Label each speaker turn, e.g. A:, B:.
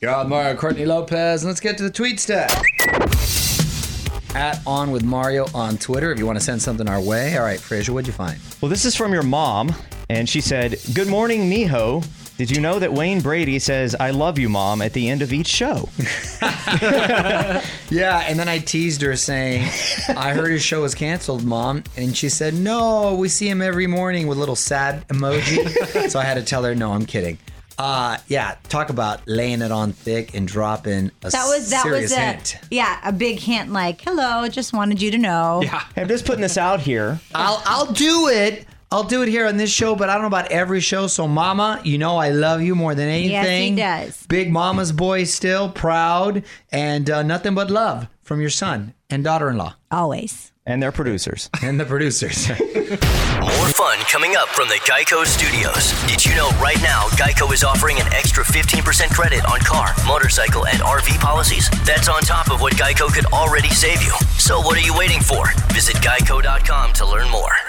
A: You're on Mario Courtney Lopez, and let's get to the tweet stat. At On with Mario on Twitter, if you want to send something our way. All right, Fraser, what'd you find?
B: Well, this is from your mom, and she said, Good morning, Miho. Did you know that Wayne Brady says, I love you, mom, at the end of each show?
A: Yeah, and then I teased her saying, I heard his show was canceled, Mom. And she said, No, we see him every morning with a little sad emoji. so I had to tell her, No, I'm kidding. Uh, yeah, talk about laying it on thick and dropping a
C: That was that
A: serious
C: was a
A: hint.
C: yeah a big hint like hello just wanted you to know
B: I'm just putting this out here.
A: I'll I'll do it. I'll do it here on this show, but I don't know about every show. So, Mama, you know I love you more than
C: he
A: anything.
C: does.
A: Big Mama's boy, still proud, and uh, nothing but love from your son and daughter-in-law
C: always
B: And they're producers.
A: and the producers.
D: More fun coming up from the Geico Studios. Did you know right now Geico is offering an extra 15% credit on car, motorcycle, and RV policies? That's on top of what Geico could already save you. So what are you waiting for? Visit geico.com to learn more.